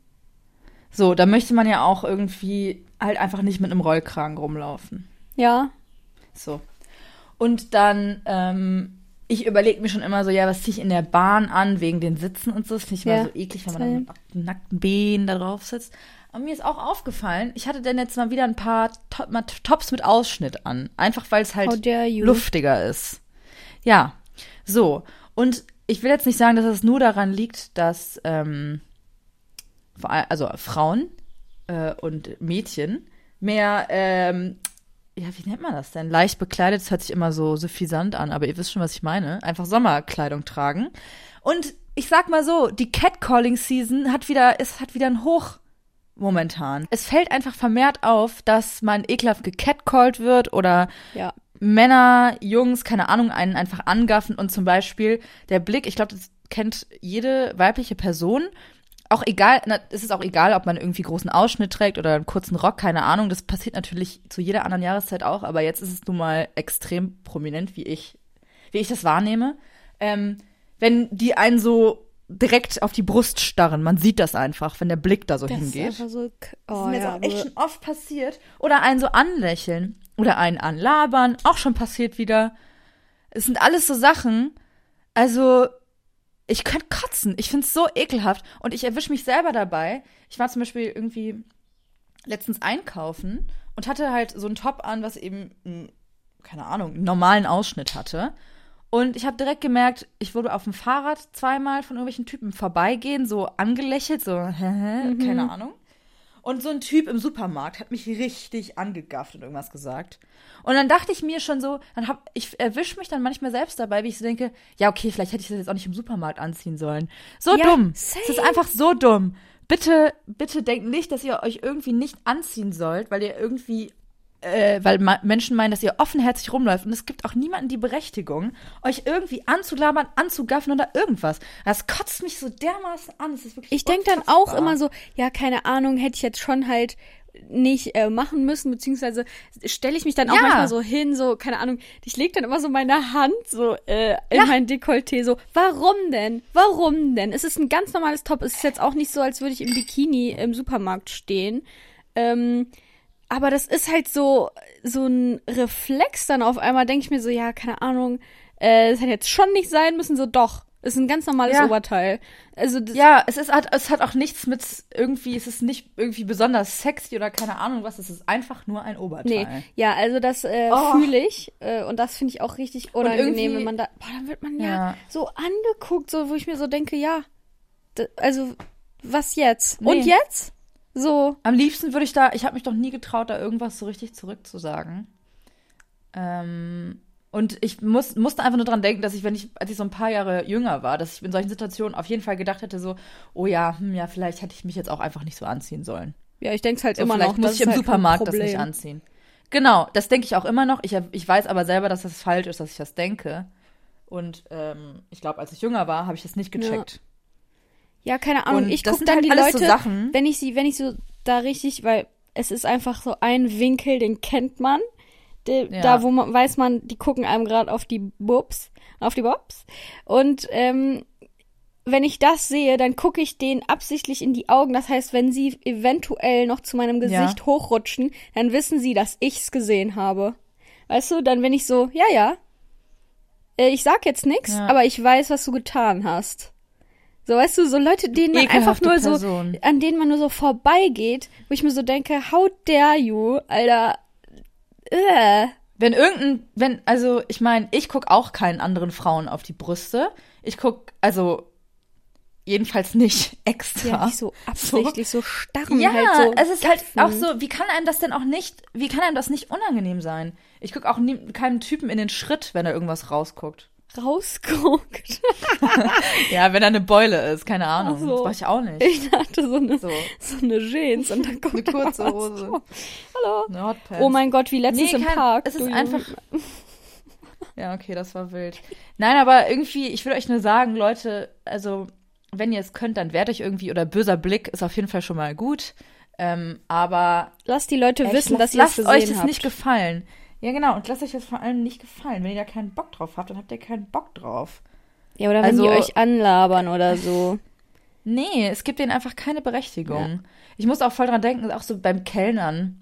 So, da möchte man ja auch irgendwie halt einfach nicht mit einem Rollkragen rumlaufen.
Ja.
So. Und dann, ähm, ich überlege mir schon immer so, ja, was ziehe ich in der Bahn an, wegen den Sitzen und so. Das finde ich
Ja,
immer so eklig, wenn man dann mit nackten- nackten Behen da drauf sitzt. Aber mir ist auch aufgefallen, ich hatte denn jetzt mal wieder ein paar Top mal Tops mit Ausschnitt an. Einfach weil es
How
halt
dare you.
luftiger ist. Ja, so. Und ich will jetzt nicht sagen, dass es nur daran liegt, dass ähm, vor all- also Frauen äh, und Mädchen mehr, ähm, ja, wie nennt man das denn? Leicht bekleidet, das hört sich immer so suffisant an, aber ihr wisst schon, was ich meine. Einfach Sommerkleidung tragen. Und ich sag mal so, die Catcalling-Season hat wieder, es hat wieder ein Hoch momentan. Es fällt einfach vermehrt auf, dass man ekelhaft gecatcalled wird oder
Ja.
Männer, Jungs, keine Ahnung, einen einfach angaffen und zum Beispiel der Blick, ich glaube, das kennt jede weibliche Person. Auch egal, na, es ist auch egal, ob man irgendwie großen Ausschnitt trägt oder einen kurzen Rock, keine Ahnung. Das passiert natürlich zu jeder anderen Jahreszeit auch, aber jetzt ist es nun mal extrem prominent, wie ich, wie ich das wahrnehme. Ähm, wenn die einen so direkt auf die Brust starren, man sieht das einfach, wenn der Blick da so
Das ist
hingeht.
einfach so. k- Oh,
Das ist mir
ja,
jetzt auch echt
aber-
schon oft passiert. Oder einen so anlächeln. Oder einen anlabern. Auch schon passiert wieder. Es sind alles so Sachen. Also, ich könnte kotzen. Ich find's so ekelhaft. Und ich erwische mich selber dabei. Ich war zum Beispiel irgendwie letztens einkaufen und hatte halt so einen Top an, was eben, einen, keine Ahnung, einen normalen Ausschnitt hatte. Und ich habe direkt gemerkt, ich wurde auf dem Fahrrad zweimal von irgendwelchen Typen vorbeigehen, so angelächelt, so, (laughs) hä, hä,
Mhm.
keine Ahnung. Und so ein Typ im Supermarkt hat mich richtig angegafft und irgendwas gesagt. Und dann dachte ich mir schon so, dann hab, ich erwische mich dann manchmal selbst dabei, wie ich so denke, ja, okay, vielleicht hätte ich das jetzt auch nicht im Supermarkt anziehen sollen. So
Ja,
dumm.
same.
Es ist einfach so dumm. Bitte, bitte denkt nicht, dass ihr euch irgendwie nicht anziehen sollt, weil ihr irgendwie, äh, weil ma- Menschen meinen, dass ihr offenherzig rumläuft. Und es gibt auch niemanden die Berechtigung, euch irgendwie anzulabern, anzugaffen oder irgendwas. Das kotzt mich so dermaßen an. Es ist wirklich
Ich denke dann auch
unfassbar.
immer so, ja, keine Ahnung, hätte ich jetzt schon halt nicht äh, machen müssen, beziehungsweise stelle ich mich dann auch
Ja.
manchmal so hin, so, keine Ahnung, ich lege dann immer so meine Hand so äh, in mein Dekolleté, so, warum denn? Warum denn? Es ist ein ganz normales Top, es ist jetzt auch nicht so, als würde ich im Bikini im Supermarkt stehen. Ähm, aber das ist halt so, so ein Reflex dann auf einmal, denke ich mir so, ja, keine Ahnung, äh, das hätte jetzt schon nicht sein müssen, so doch. Ist ein ganz normales
Ja.
Oberteil. Also das,
Ja, es ist hat, es hat auch nichts mit irgendwie, es ist nicht irgendwie besonders sexy oder keine Ahnung was, es ist einfach nur ein Oberteil.
Nee, ja, also das äh,
Oh.
fühle ich äh, und das finde ich auch richtig unangenehm,
irgendwie-
wenn man da, boah, dann wird man ja,
Ja.
so angeguckt, so wo ich mir so denke, ja, d- also was jetzt?
Nee.
Und jetzt? So,
Am liebsten würde ich da, ich habe mich doch nie getraut, da irgendwas so richtig zurückzusagen. Ähm, und ich muss, musste einfach nur dran denken, dass ich, wenn ich, als ich so ein paar Jahre jünger war, dass ich in solchen Situationen auf jeden Fall gedacht hätte, so, oh ja, hm, ja, vielleicht hätte ich mich jetzt auch einfach nicht so anziehen sollen.
ja, ich denke es halt
So,
immer
vielleicht
noch.
muss
das
ich
ist
im
halt ein
Supermarkt das
Problem.
nicht anziehen. Genau, das denke ich auch immer noch. Ich, ich weiß aber selber, dass das falsch ist, dass ich das denke. Und ähm, ich glaube, als ich jünger war, habe ich das nicht gecheckt.
Ja, keine Ahnung.
Und
ich
das
gucke
sind
dann
halt
die
alles
Leute,
so Sachen.
wenn ich sie, wenn ich so da richtig, weil es ist einfach so ein Winkel, den kennt man. De,
Ja.
Da, wo man weiß man, die gucken einem gerade auf die Bobs, auf die Bobs. Und ähm, wenn ich das sehe, dann gucke ich denen absichtlich in die Augen. Das heißt, wenn sie eventuell noch zu meinem
Ja.
Gesicht hochrutschen, dann wissen sie, dass ich's gesehen habe. Weißt du, dann bin ich so, ja, ja. Äh, Ich sag jetzt nichts,
Ja.
aber ich weiß, was du getan hast. So, weißt du, so Leute, denen man einfach
Ekelhafte
nur so,
Person.
an denen man nur so vorbeigeht, wo ich mir so denke, how dare you, Alter. Äh.
Wenn irgendein, wenn, also ich meine, ich gucke auch keinen anderen Frauen auf die Brüste. Ich gucke, also jedenfalls nicht (laughs) extra.
Ja, nicht so absichtlich, so, starren
Ja,
halt so.
es ist halt
gaffen.
auch so, wie kann einem das denn auch nicht, wie kann einem das nicht unangenehm sein? Ich gucke auch nie, keinem Typen in den Schritt, wenn er irgendwas rausguckt.
Rausguckt.
Ja, wenn er eine Beule ist, keine Ahnung.
Ach so.
Das mach ich auch nicht.
(laughs) Ich dachte so eine,
So,
(laughs) so. eine Jeans und dann kommt
eine kurze
da was
Hose.
raus. Hallo.
Eine Hotpants.
Oh mein Gott, wie letztens
Nee,
im
kein-
Park.
es ist
du Junge.
einfach- (laughs) Ja, okay, das war wild. Nein, aber irgendwie, ich will euch nur sagen, Leute, also, wenn ihr es könnt, dann wehrt euch irgendwie, oder böser Blick ist auf jeden Fall schon mal gut. Ähm, aber
Lasst die Leute
echt,
wissen, dass ihr es
lasst,
gesehen
lasst euch das
habt.
nicht gefallen. Ja, genau, und lasst euch das vor allem nicht gefallen. Wenn ihr da keinen Bock drauf habt, dann habt ihr keinen Bock drauf.
ja, oder wenn die
Also-
euch anlabern oder so.
Nee, es gibt denen einfach keine Berechtigung. Ich muss auch voll dran denken, auch so beim Kellnern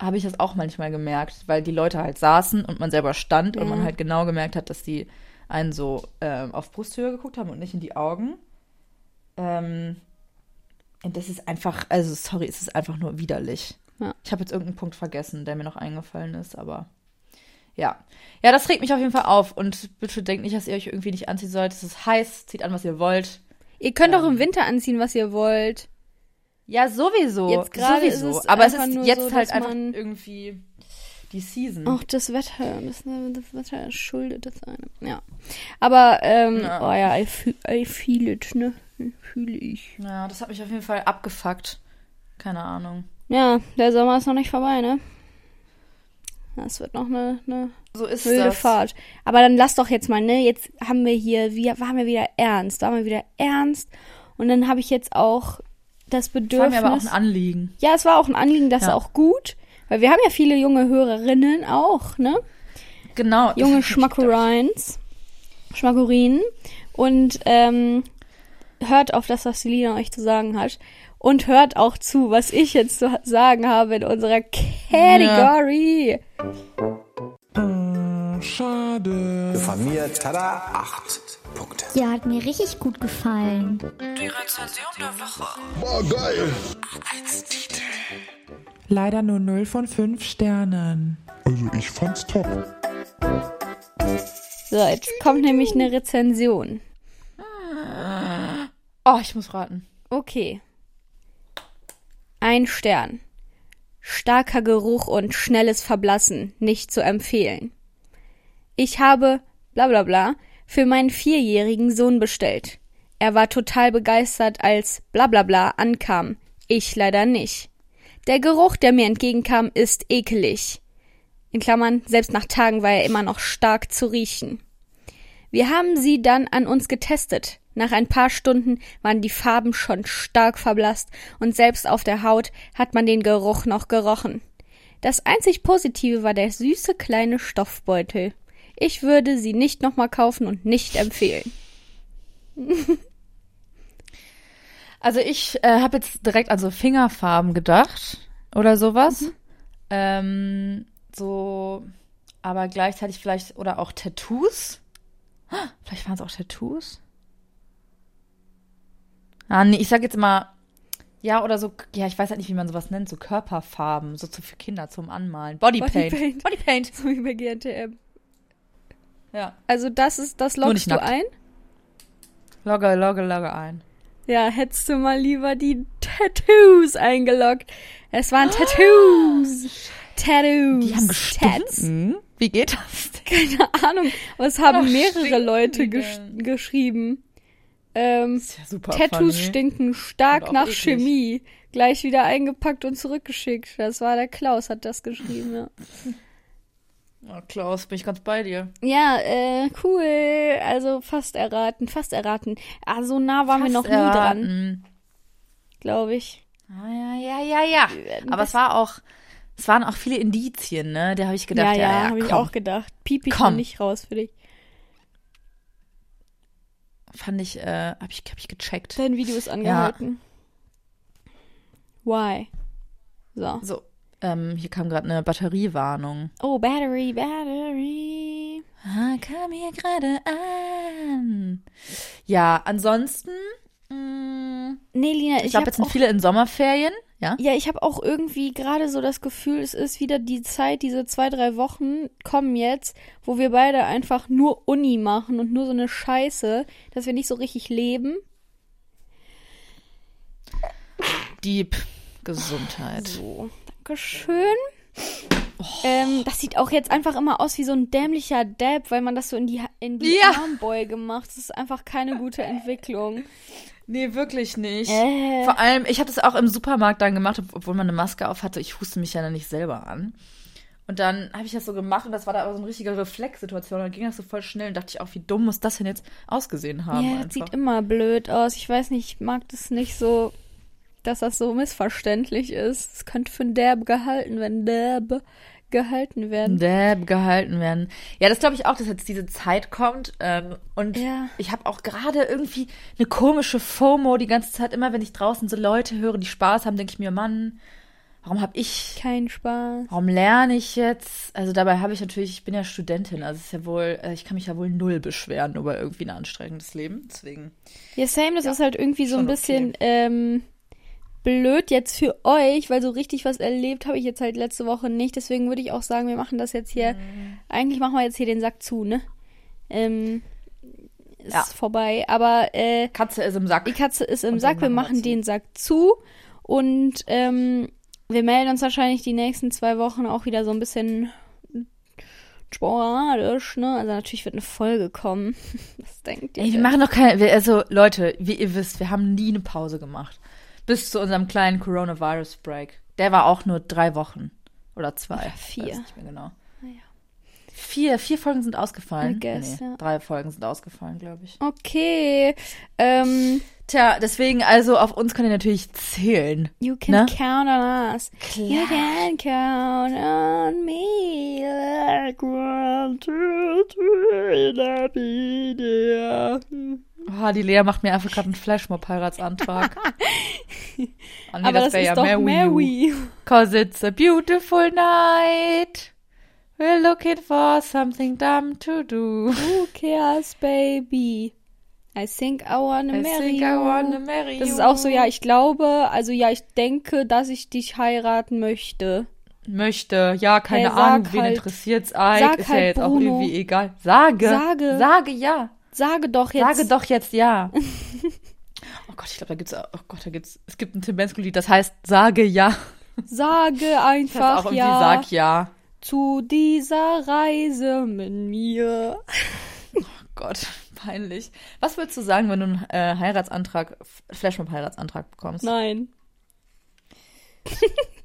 habe ich das auch manchmal gemerkt, weil die Leute halt saßen und man selber stand und man halt genau gemerkt hat, dass die einen so ähm, auf Brusthöhe geguckt haben und nicht in die Augen. Ähm, und das ist einfach, also sorry, es ist einfach nur widerlich.
Ja.
Ich habe jetzt irgendeinen Punkt vergessen, der mir noch eingefallen ist, aber ja. Ja, das regt mich auf jeden Fall auf und bitte denkt nicht, dass ihr euch irgendwie nicht anziehen sollt. Es ist heiß, zieht an, was ihr wollt.
Ihr könnt auch im
Ähm.
Winter anziehen, was ihr wollt.
Ja, sowieso.
Jetzt gerade ist
sowieso.
es
Aber es
einfach
ist
nur
jetzt
so,
halt
dass
einfach
man- Oh.
irgendwie die Season.
Auch das Wetter, das, das Wetter schuldet das einem. Ja. Aber, ähm,
Ja.
oh ja, I feel, I feel it, ne? Fühle ich.
Ja, das hat mich auf jeden Fall abgefuckt. Keine Ahnung.
Ja, der Sommer ist noch nicht vorbei, ne? Das wird noch eine, eine
So ist
wilde
das.
Fahrt. Aber dann lass doch jetzt mal, ne? Jetzt haben wir hier, wir waren wir wieder ernst, waren wir wieder ernst. Und dann habe ich jetzt auch das
Das war
Bedürfnis.
mir aber auch ein Anliegen.
ja, es war auch ein Anliegen, das ist
Ja.
auch gut, weil wir haben ja viele junge Hörerinnen auch, ne?
Genau.
junge Schmackurines, Schmackurinen und ähm, hört auf das, was Selina euch zu sagen hat und hört auch zu, was ich jetzt zu ha- sagen habe in unserer Category.
Äh, schade.
Von mir, tada, acht Punkte.
Ja, hat mir richtig gut gefallen.
Leider nur 0 von 5 Sternen.
Also ich fand's top.
So, jetzt kommt nämlich eine Rezension.
Oh, ich muss raten.
Okay. Ein Stern. Starker Geruch und schnelles Verblassen nicht zu empfehlen. Ich habe bla bla bla für meinen vierjährigen Sohn bestellt. Er war total begeistert, als bla bla bla ankam. Ich leider nicht. Der Geruch, der mir entgegenkam, ist ekelig. In Klammern, selbst nach Tagen war er immer noch stark zu riechen. Wir haben sie dann an uns getestet. Nach ein paar Stunden waren die Farben schon stark verblasst und selbst auf der Haut hat man den Geruch noch gerochen. Das einzig Positive war der süße kleine Stoffbeutel. Ich würde sie nicht nochmal kaufen und nicht empfehlen.
Also ich äh, habe jetzt direkt an so Fingerfarben gedacht oder sowas. Ähm, so, aber gleichzeitig vielleicht, oder auch Tattoos. Ah, Vielleicht waren es auch Tattoos. Ah, nee, ich sag jetzt mal, ja, oder so, ja, ich weiß halt nicht, wie man sowas nennt, so Körperfarben, so zu- für Kinder zum Anmalen. Bodypaint.
Bodypaint. (laughs)
Bodypaint.
So wie bei GNTM.
Ja.
Also das ist, das
nicht
lockst du
nackt.
ein?
Logge, logge, logge ein.
Ja, hättest du mal lieber die Tattoos eingeloggt. Es waren Tattoos. Tattoos.
Ah. Die haben
Tats.
gestunken. Wie geht das denn?
Keine Ahnung, aber es haben
Ach,
mehrere
stinken
Leute
die
gesch
denn?
geschrieben. Ähm,
ist ja super
Tattoos
funny.
stinken stark
Und auch
nach
eklig.
Chemie. Gleich wieder eingepackt und zurückgeschickt. Das war der Klaus, hat das geschrieben. Ja,
Oh, Klaus, bin ich ganz bei dir.
ja äh, cool. Also fast erraten, fast erraten. Ah, so nah waren wir noch nie dran, glaube ich.
Mhm. Ah, ja, ja, ja, ja.
werden
Aber es war auch, es waren auch viele Indizien, ne? Da habe ich gedacht,
ja,
ja, ja,
habe ich
komm.
auch gedacht. Piep ich
Komm.
noch nicht raus für dich.
Fand ich, äh, habe ich, hab ich gecheckt.
Dein Video ist angehalten. Why? So.
So, ähm, hier kam gerade eine Batteriewarnung.
Oh, Battery, Battery.
Ah, kam hier gerade an. Ja, ansonsten, mh,
Nee, Lina, ich,
ich glaube,
hab
jetzt sind
auch,
viele in Sommerferien, ja?
Ja, ich habe auch irgendwie gerade so das Gefühl, es ist wieder die Zeit, diese zwei, drei Wochen kommen jetzt, wo wir beide einfach nur Uni machen und nur so eine Scheiße, dass wir nicht so richtig leben.
Deep. Gesundheit.
So, Dankeschön.
Oh.
Ähm, das sieht auch jetzt einfach immer aus wie so ein dämlicher Dab, weil man das so in die, Ha- in die
Ja.
Armbeuge macht. Das ist einfach keine gute Entwicklung.
Nee, wirklich nicht.
Äh.
Vor allem, ich habe das auch im Supermarkt dann gemacht, ob- obwohl man eine Maske auf hatte. Ich huste mich ja dann nicht selber an. Und dann habe ich das so gemacht und das war da aber so eine richtige Reflexsituation. Und dann ging das so voll schnell und dachte ich auch, wie dumm muss das denn jetzt ausgesehen haben?
ja,
einfach.
das sieht immer blöd aus. Ich weiß nicht, ich mag das nicht so, dass das so missverständlich ist. Es könnte für ein Derb gehalten werden. Derb gehalten werden.
Dab gehalten werden. Ja, das glaube ich auch, dass jetzt diese Zeit kommt. Ähm, und
Ja.
ich habe auch gerade irgendwie eine komische FOMO die ganze Zeit. Immer wenn ich draußen so Leute höre, die Spaß haben, denke ich mir, Mann, warum habe ich
Kein Spaß.
Warum lerne ich jetzt? Also dabei habe ich natürlich, ich bin ja Studentin, also es ist ja wohl, äh, ich kann mich ja wohl null beschweren über irgendwie ein anstrengendes Leben. Deswegen.
Ja, same, das ist halt irgendwie so ein
schon
bisschen ähm, blöd jetzt für euch, weil so richtig was erlebt habe ich jetzt halt letzte Woche nicht. Deswegen würde ich auch sagen, wir machen das jetzt hier.
Mhm.
Eigentlich machen wir jetzt hier den Sack zu, ne? Ähm, ist
Ja.
vorbei. Aber äh,
Katze ist im Sack.
die Katze ist im
Und
Sack,
dann
wir
machen wir
machen
zu.
den Sack zu und ähm, wir melden uns wahrscheinlich die nächsten zwei Wochen auch wieder so ein bisschen sporadisch, ne? Also natürlich wird eine Folge kommen. (laughs) Das denkt ihr.
Ey, wir
jetzt?
machen doch keine, wir, also Leute, wie ihr wisst, wir haben nie eine Pause gemacht. Bis zu unserem kleinen Coronavirus-Break. Der war auch nur drei Wochen. Oder zwei.
Oder vier.
Weiß nicht mehr genau.
Naja.
Vier, vier Folgen sind ausgefallen.
I guess, ja.
Drei Folgen sind ausgefallen, glaube ich.
Okay. Ähm,
Tja, deswegen, also auf uns könnt ihr natürlich zählen.
you can
Ne?
count on us.
Klar.
You can count on me. Like one, two, three, let me there.
Oh, die Lea macht mir einfach gerade einen
(laughs)
Flashmob-Heiratsantrag. oh, nee,
Aber das,
wär
ist doch
Mary.
Mary.
Cause it's a beautiful night. We're looking for something dumb to do.
Who cares, baby? I think I wanna
I
marry
think
you.
I wanna marry
das ist
you.
auch so, ja, ich glaube, also ja, ich denke, dass ich dich heiraten möchte.
Möchte, ja, keine
Hey, sag
Ahnung, wen
halt-
interessiert's eigentlich,
sag
ist
halt,
ja jetzt auch
Bruno.
irgendwie egal. Sage,
Sage.
sage ja,
Sage doch jetzt.
sage doch jetzt
(laughs)
ja. oh Gott, ich glaube, da gibt's, oh Gott, da gibt's, es gibt ein Tim Bensko-Lied, das heißt Sage ja.
Sage
Das heißt auch
einfach
irgendwie
ja
Sag ja.
zu dieser Reise mit mir.
Gott, (laughs) peinlich. Was würdest du sagen, wenn du einen äh, Heiratsantrag, Flashmob-Heiratsantrag bekommst?
Nein.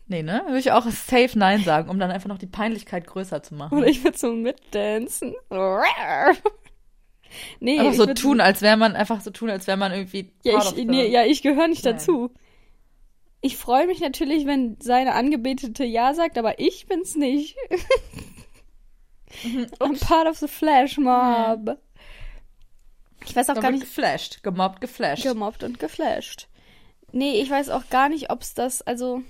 Nee, ne? Würde ich auch safe Nein sagen, um dann einfach noch die Peinlichkeit größer zu machen.
Oder ich würde so
(laughs)
mitdancen. Nee,
Einfach
ich
so
würd-
tun, als wäre man, einfach so tun, als wäre man irgendwie.
Ja,
part
ich,
of the-
nee, ja, ich gehöre nicht
Nein.
dazu. Ich freue mich natürlich, wenn seine Angebetete Ja sagt, aber ich bin's nicht.
Mhm,
(laughs) I'm part of the Flash Mob. Ich weiß auch
Man
gar
wird
nicht.
geflasht, gemobbt, geflasht.
Gemobbt und geflasht. Nee, ich weiß auch gar nicht, ob's das, also.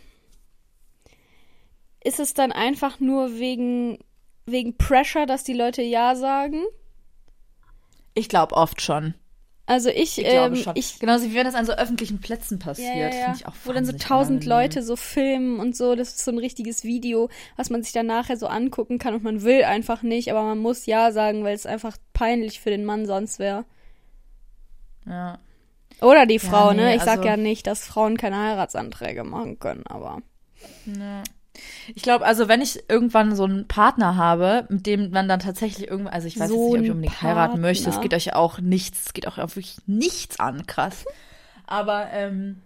Ist es dann einfach nur wegen, wegen Pressure, dass die Leute Ja sagen?
ich glaube oft schon.
Also ich,
Ich
ähm,
glaube schon.
ich
Genauso wie wenn das an so öffentlichen Plätzen passiert. Finde ich auch
Wo dann so
wahnsinnig
tausend
unangenehm.
Leute so filmen und so. Das ist so ein richtiges Video, was man sich dann nachher so angucken kann und man will einfach nicht, aber man muss Ja sagen, weil es einfach peinlich für den Mann sonst wäre.
Ja.
Oder die Frau,
nee,
ne? Ich sag
also-
ja nicht, dass Frauen keine Heiratsanträge machen können, aber.
Ich glaube, also wenn ich irgendwann so einen Partner habe, mit dem man dann tatsächlich irgendwann, also ich weiß jetzt
So
nicht, ob
ein
ich unbedingt
Partner.
heiraten möchte, es geht euch ja auch nichts, es geht auch wirklich nichts an, krass. Aber ähm,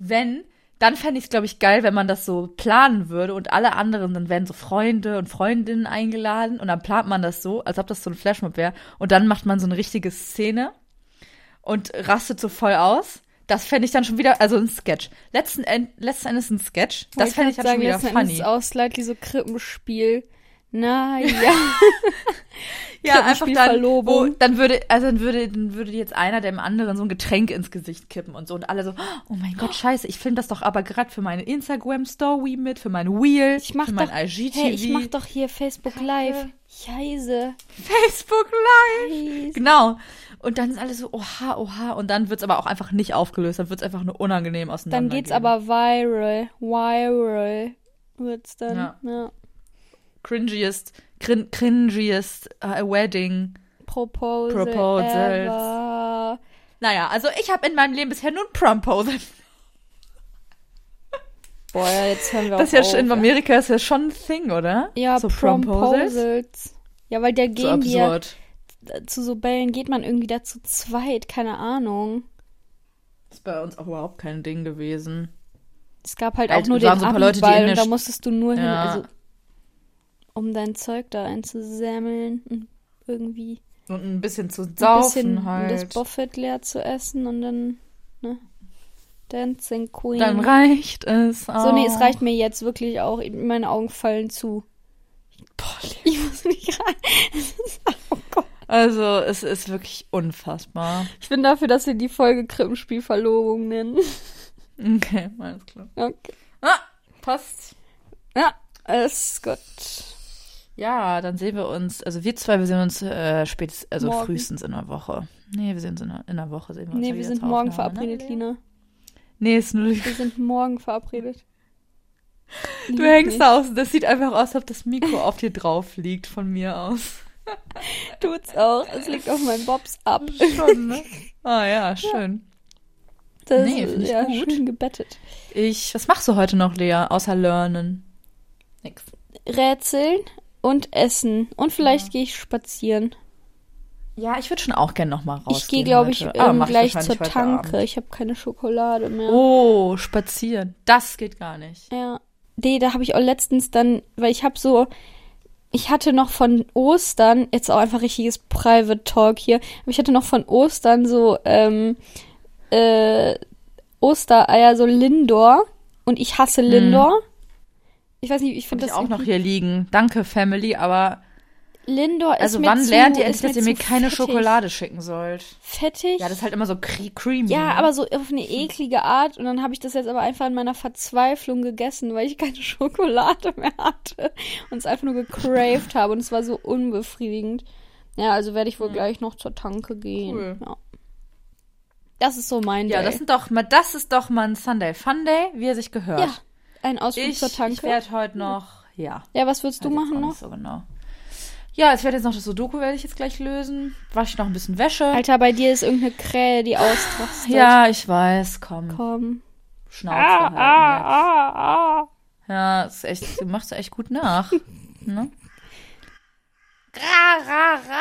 wenn, dann fände ich es, glaube ich, geil, wenn man das so planen würde und alle anderen, dann werden so Freunde und Freundinnen eingeladen und dann plant man das so, als ob das so ein Flashmob wäre und dann macht man so eine richtige Szene und rastet so voll aus. Das fände ich dann schon wieder, also ein Sketch. Letzten, End, letzten Endes ein Sketch. Das
Ich
fände ich
würd
dann schon
sagen,
wieder
letzten
funny.
Endes ist auch slightly so Krippenspiel.
(laughs)
Na ja.
Ja, einfach dann, wo,
Krippenspielverlobung.
dann würde, also dann würde, dann würde jetzt einer dem anderen so ein Getränk ins Gesicht kippen und so und alle so, oh mein Gott, scheiße, ich filme das doch aber gerade für meine Instagram-Story mit, für mein Wheel,
ich mach
für
doch,
mein IGTV,
hey, ich mach doch hier Facebook Live. Heise.
Facebook Live.
Heise.
Genau. Und dann sind alle so, oha, oha. Und dann wird's aber auch einfach nicht aufgelöst, dann wird's einfach nur unangenehm auseinander.
Dann geht's aber viral. Viral wird's dann. Ja.
Ja. Cringiest, crin cringiest äh, Wedding.
Proposal.
Proposals.
Ever.
Naja, also ich habe in meinem Leben bisher nur ein Promposal.
Boah, ja, jetzt hören wir
Das ist
auch
ja
auf.
schon, in
ey.
Amerika ist ja schon ein Thing, oder?
Ja,
so Promposals.
Proposals. Ja, weil da
So
gehen die ja,
absurd.
zu so Bällen geht man irgendwie da zu zweit, keine Ahnung.
Ist bei uns auch überhaupt kein Ding gewesen.
Es gab halt
Also,
auch nur
es waren
den
so ein paar Leute, die
Abiball
in
und
der
da musstest du nur hin,
Ja.
also um dein Zeug da einzusammeln und irgendwie
Und ein bisschen zu
ein
saufen
bisschen
halt.
das Buffet leer zu essen und dann ne, Dancing Queen.
Dann reicht es auch.
So, nee, es reicht mir jetzt wirklich auch. Ich- Meine Augen fallen zu. Ich muss nicht rein. Das ist- Oh Gott.
Also, es ist wirklich unfassbar. (laughs)
Ich bin dafür, dass wir die Folge Krippenspielverlobung nennen.
Okay, alles klar.
Okay.
Ah, passt.
Ja, alles gut.
Ja, dann sehen wir uns, also wir zwei, wir sehen uns äh, spätestens, also
Morgen.
frühestens in einer Woche. Nee, wir sehen uns in einer, in einer Woche. Sehen wir uns
Nee,
ja
wir
wieder
sind
zur
morgen
Aufnahme, ne?
verabredet, Lina.
Nee, ist nur,
Wir sind morgen verabredet.
(laughs) du hängst da aus, das sieht einfach aus, als ob das Mikro auf dir drauf liegt, von mir aus.
Tut's auch. Es liegt auf meinen Bobs ab.
Schon, ne? Ah ja, schön.
(laughs) Das
Nee,
ist
find ich
ja
gut.
schön gebettet.
Ich, was machst du heute noch, Lea, außer lernen? Nix.
Rätseln und essen. Und vielleicht gehe ich spazieren.
Ja, ich würde schon auch gern nochmal rausgehen.
ich gehe, glaube ich,
heute. Aber
ähm,
mach
gleich zur
wahrscheinlich heute
Tanke.
Abend.
Ich habe keine Schokolade mehr.
Oh, spazieren. Das geht gar nicht.
Ja. Nee, da habe ich auch letztens dann, weil ich habe so, ich hatte noch von Ostern, jetzt auch einfach richtiges Private Talk hier, aber ich hatte noch von Ostern so, ähm, äh, Ostereier, so Lindor. Und ich hasse Lindor. Ich weiß nicht, ich
Hab
finde
Hm. ich
das
auch noch
irgendwie-
hier liegen. Danke, Family, aber
Lindor ist
also
mir
wann
zu,
lernt ihr
ist
endlich, dass ihr mir
zu
keine
fettig.
Schokolade schicken sollt?
Fettig?
Ja, das ist halt immer so cre- creamy.
Ja,
ne?
aber so auf eine eklige Art. Und dann habe ich das jetzt aber einfach in meiner Verzweiflung gegessen, weil ich keine (laughs) Schokolade mehr hatte und es einfach nur gecraved habe. Und es war so unbefriedigend. Ja, also werde ich wohl gleich noch zur Tanke gehen.
Mhm. Cool.
Ja. Das ist so mein
Ja,
Day.
das, sind doch mal, das ist doch mal ein Sunday Fun Day, wie er sich gehört.
ja, ein Ausflug
ich
zur
ich
Tanke.
werde heute noch, ja.
Ja, was würdest du
Weiß jetzt auch
machen
nicht
noch?
So genau. Ja, ich werde jetzt noch das Sudoku werde ich jetzt gleich lösen. Wasche ich noch ein bisschen Wäsche.
Alter, bei dir ist irgendeine Krähe, die austrastet.
Ah, ja, ich weiß, komm.
Komm. Ah,
Schnauze halten jetzt. Ja, ist echt, du machst echt gut
(laughs)
nach. ne? Ah.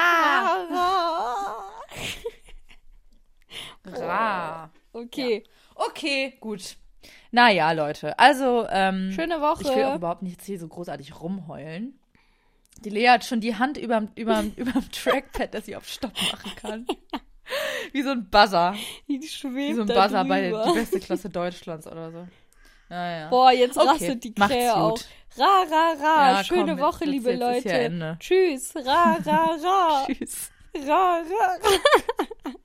Ra.
Okay.
Okay, gut. Naja, Leute, also, ähm,
Schöne Woche.
ich will auch überhaupt nicht jetzt hier so großartig rumheulen. Die Lea hat schon die Hand überm,
(laughs)
überm, überm Trackpad, dass sie auf Stopp machen kann. Wie so ein Buzzer.
Die
Wie
schwebt
so ein
da
Buzzer bei
drüber.
der beste Klasse Deutschlands oder so. Naja.
Boah, jetzt
Okay,
rastet die
macht's
Krähe
gut.
auch. Ra, ra, ra.
Ja,
Schöne
komm, jetzt-
Woche,
jetzt-
liebe
jetzt ist
Leute.
hier Ende.
Tschüss. Ra, ra, ra.
(laughs) Tschüss.
ra, ra, ra.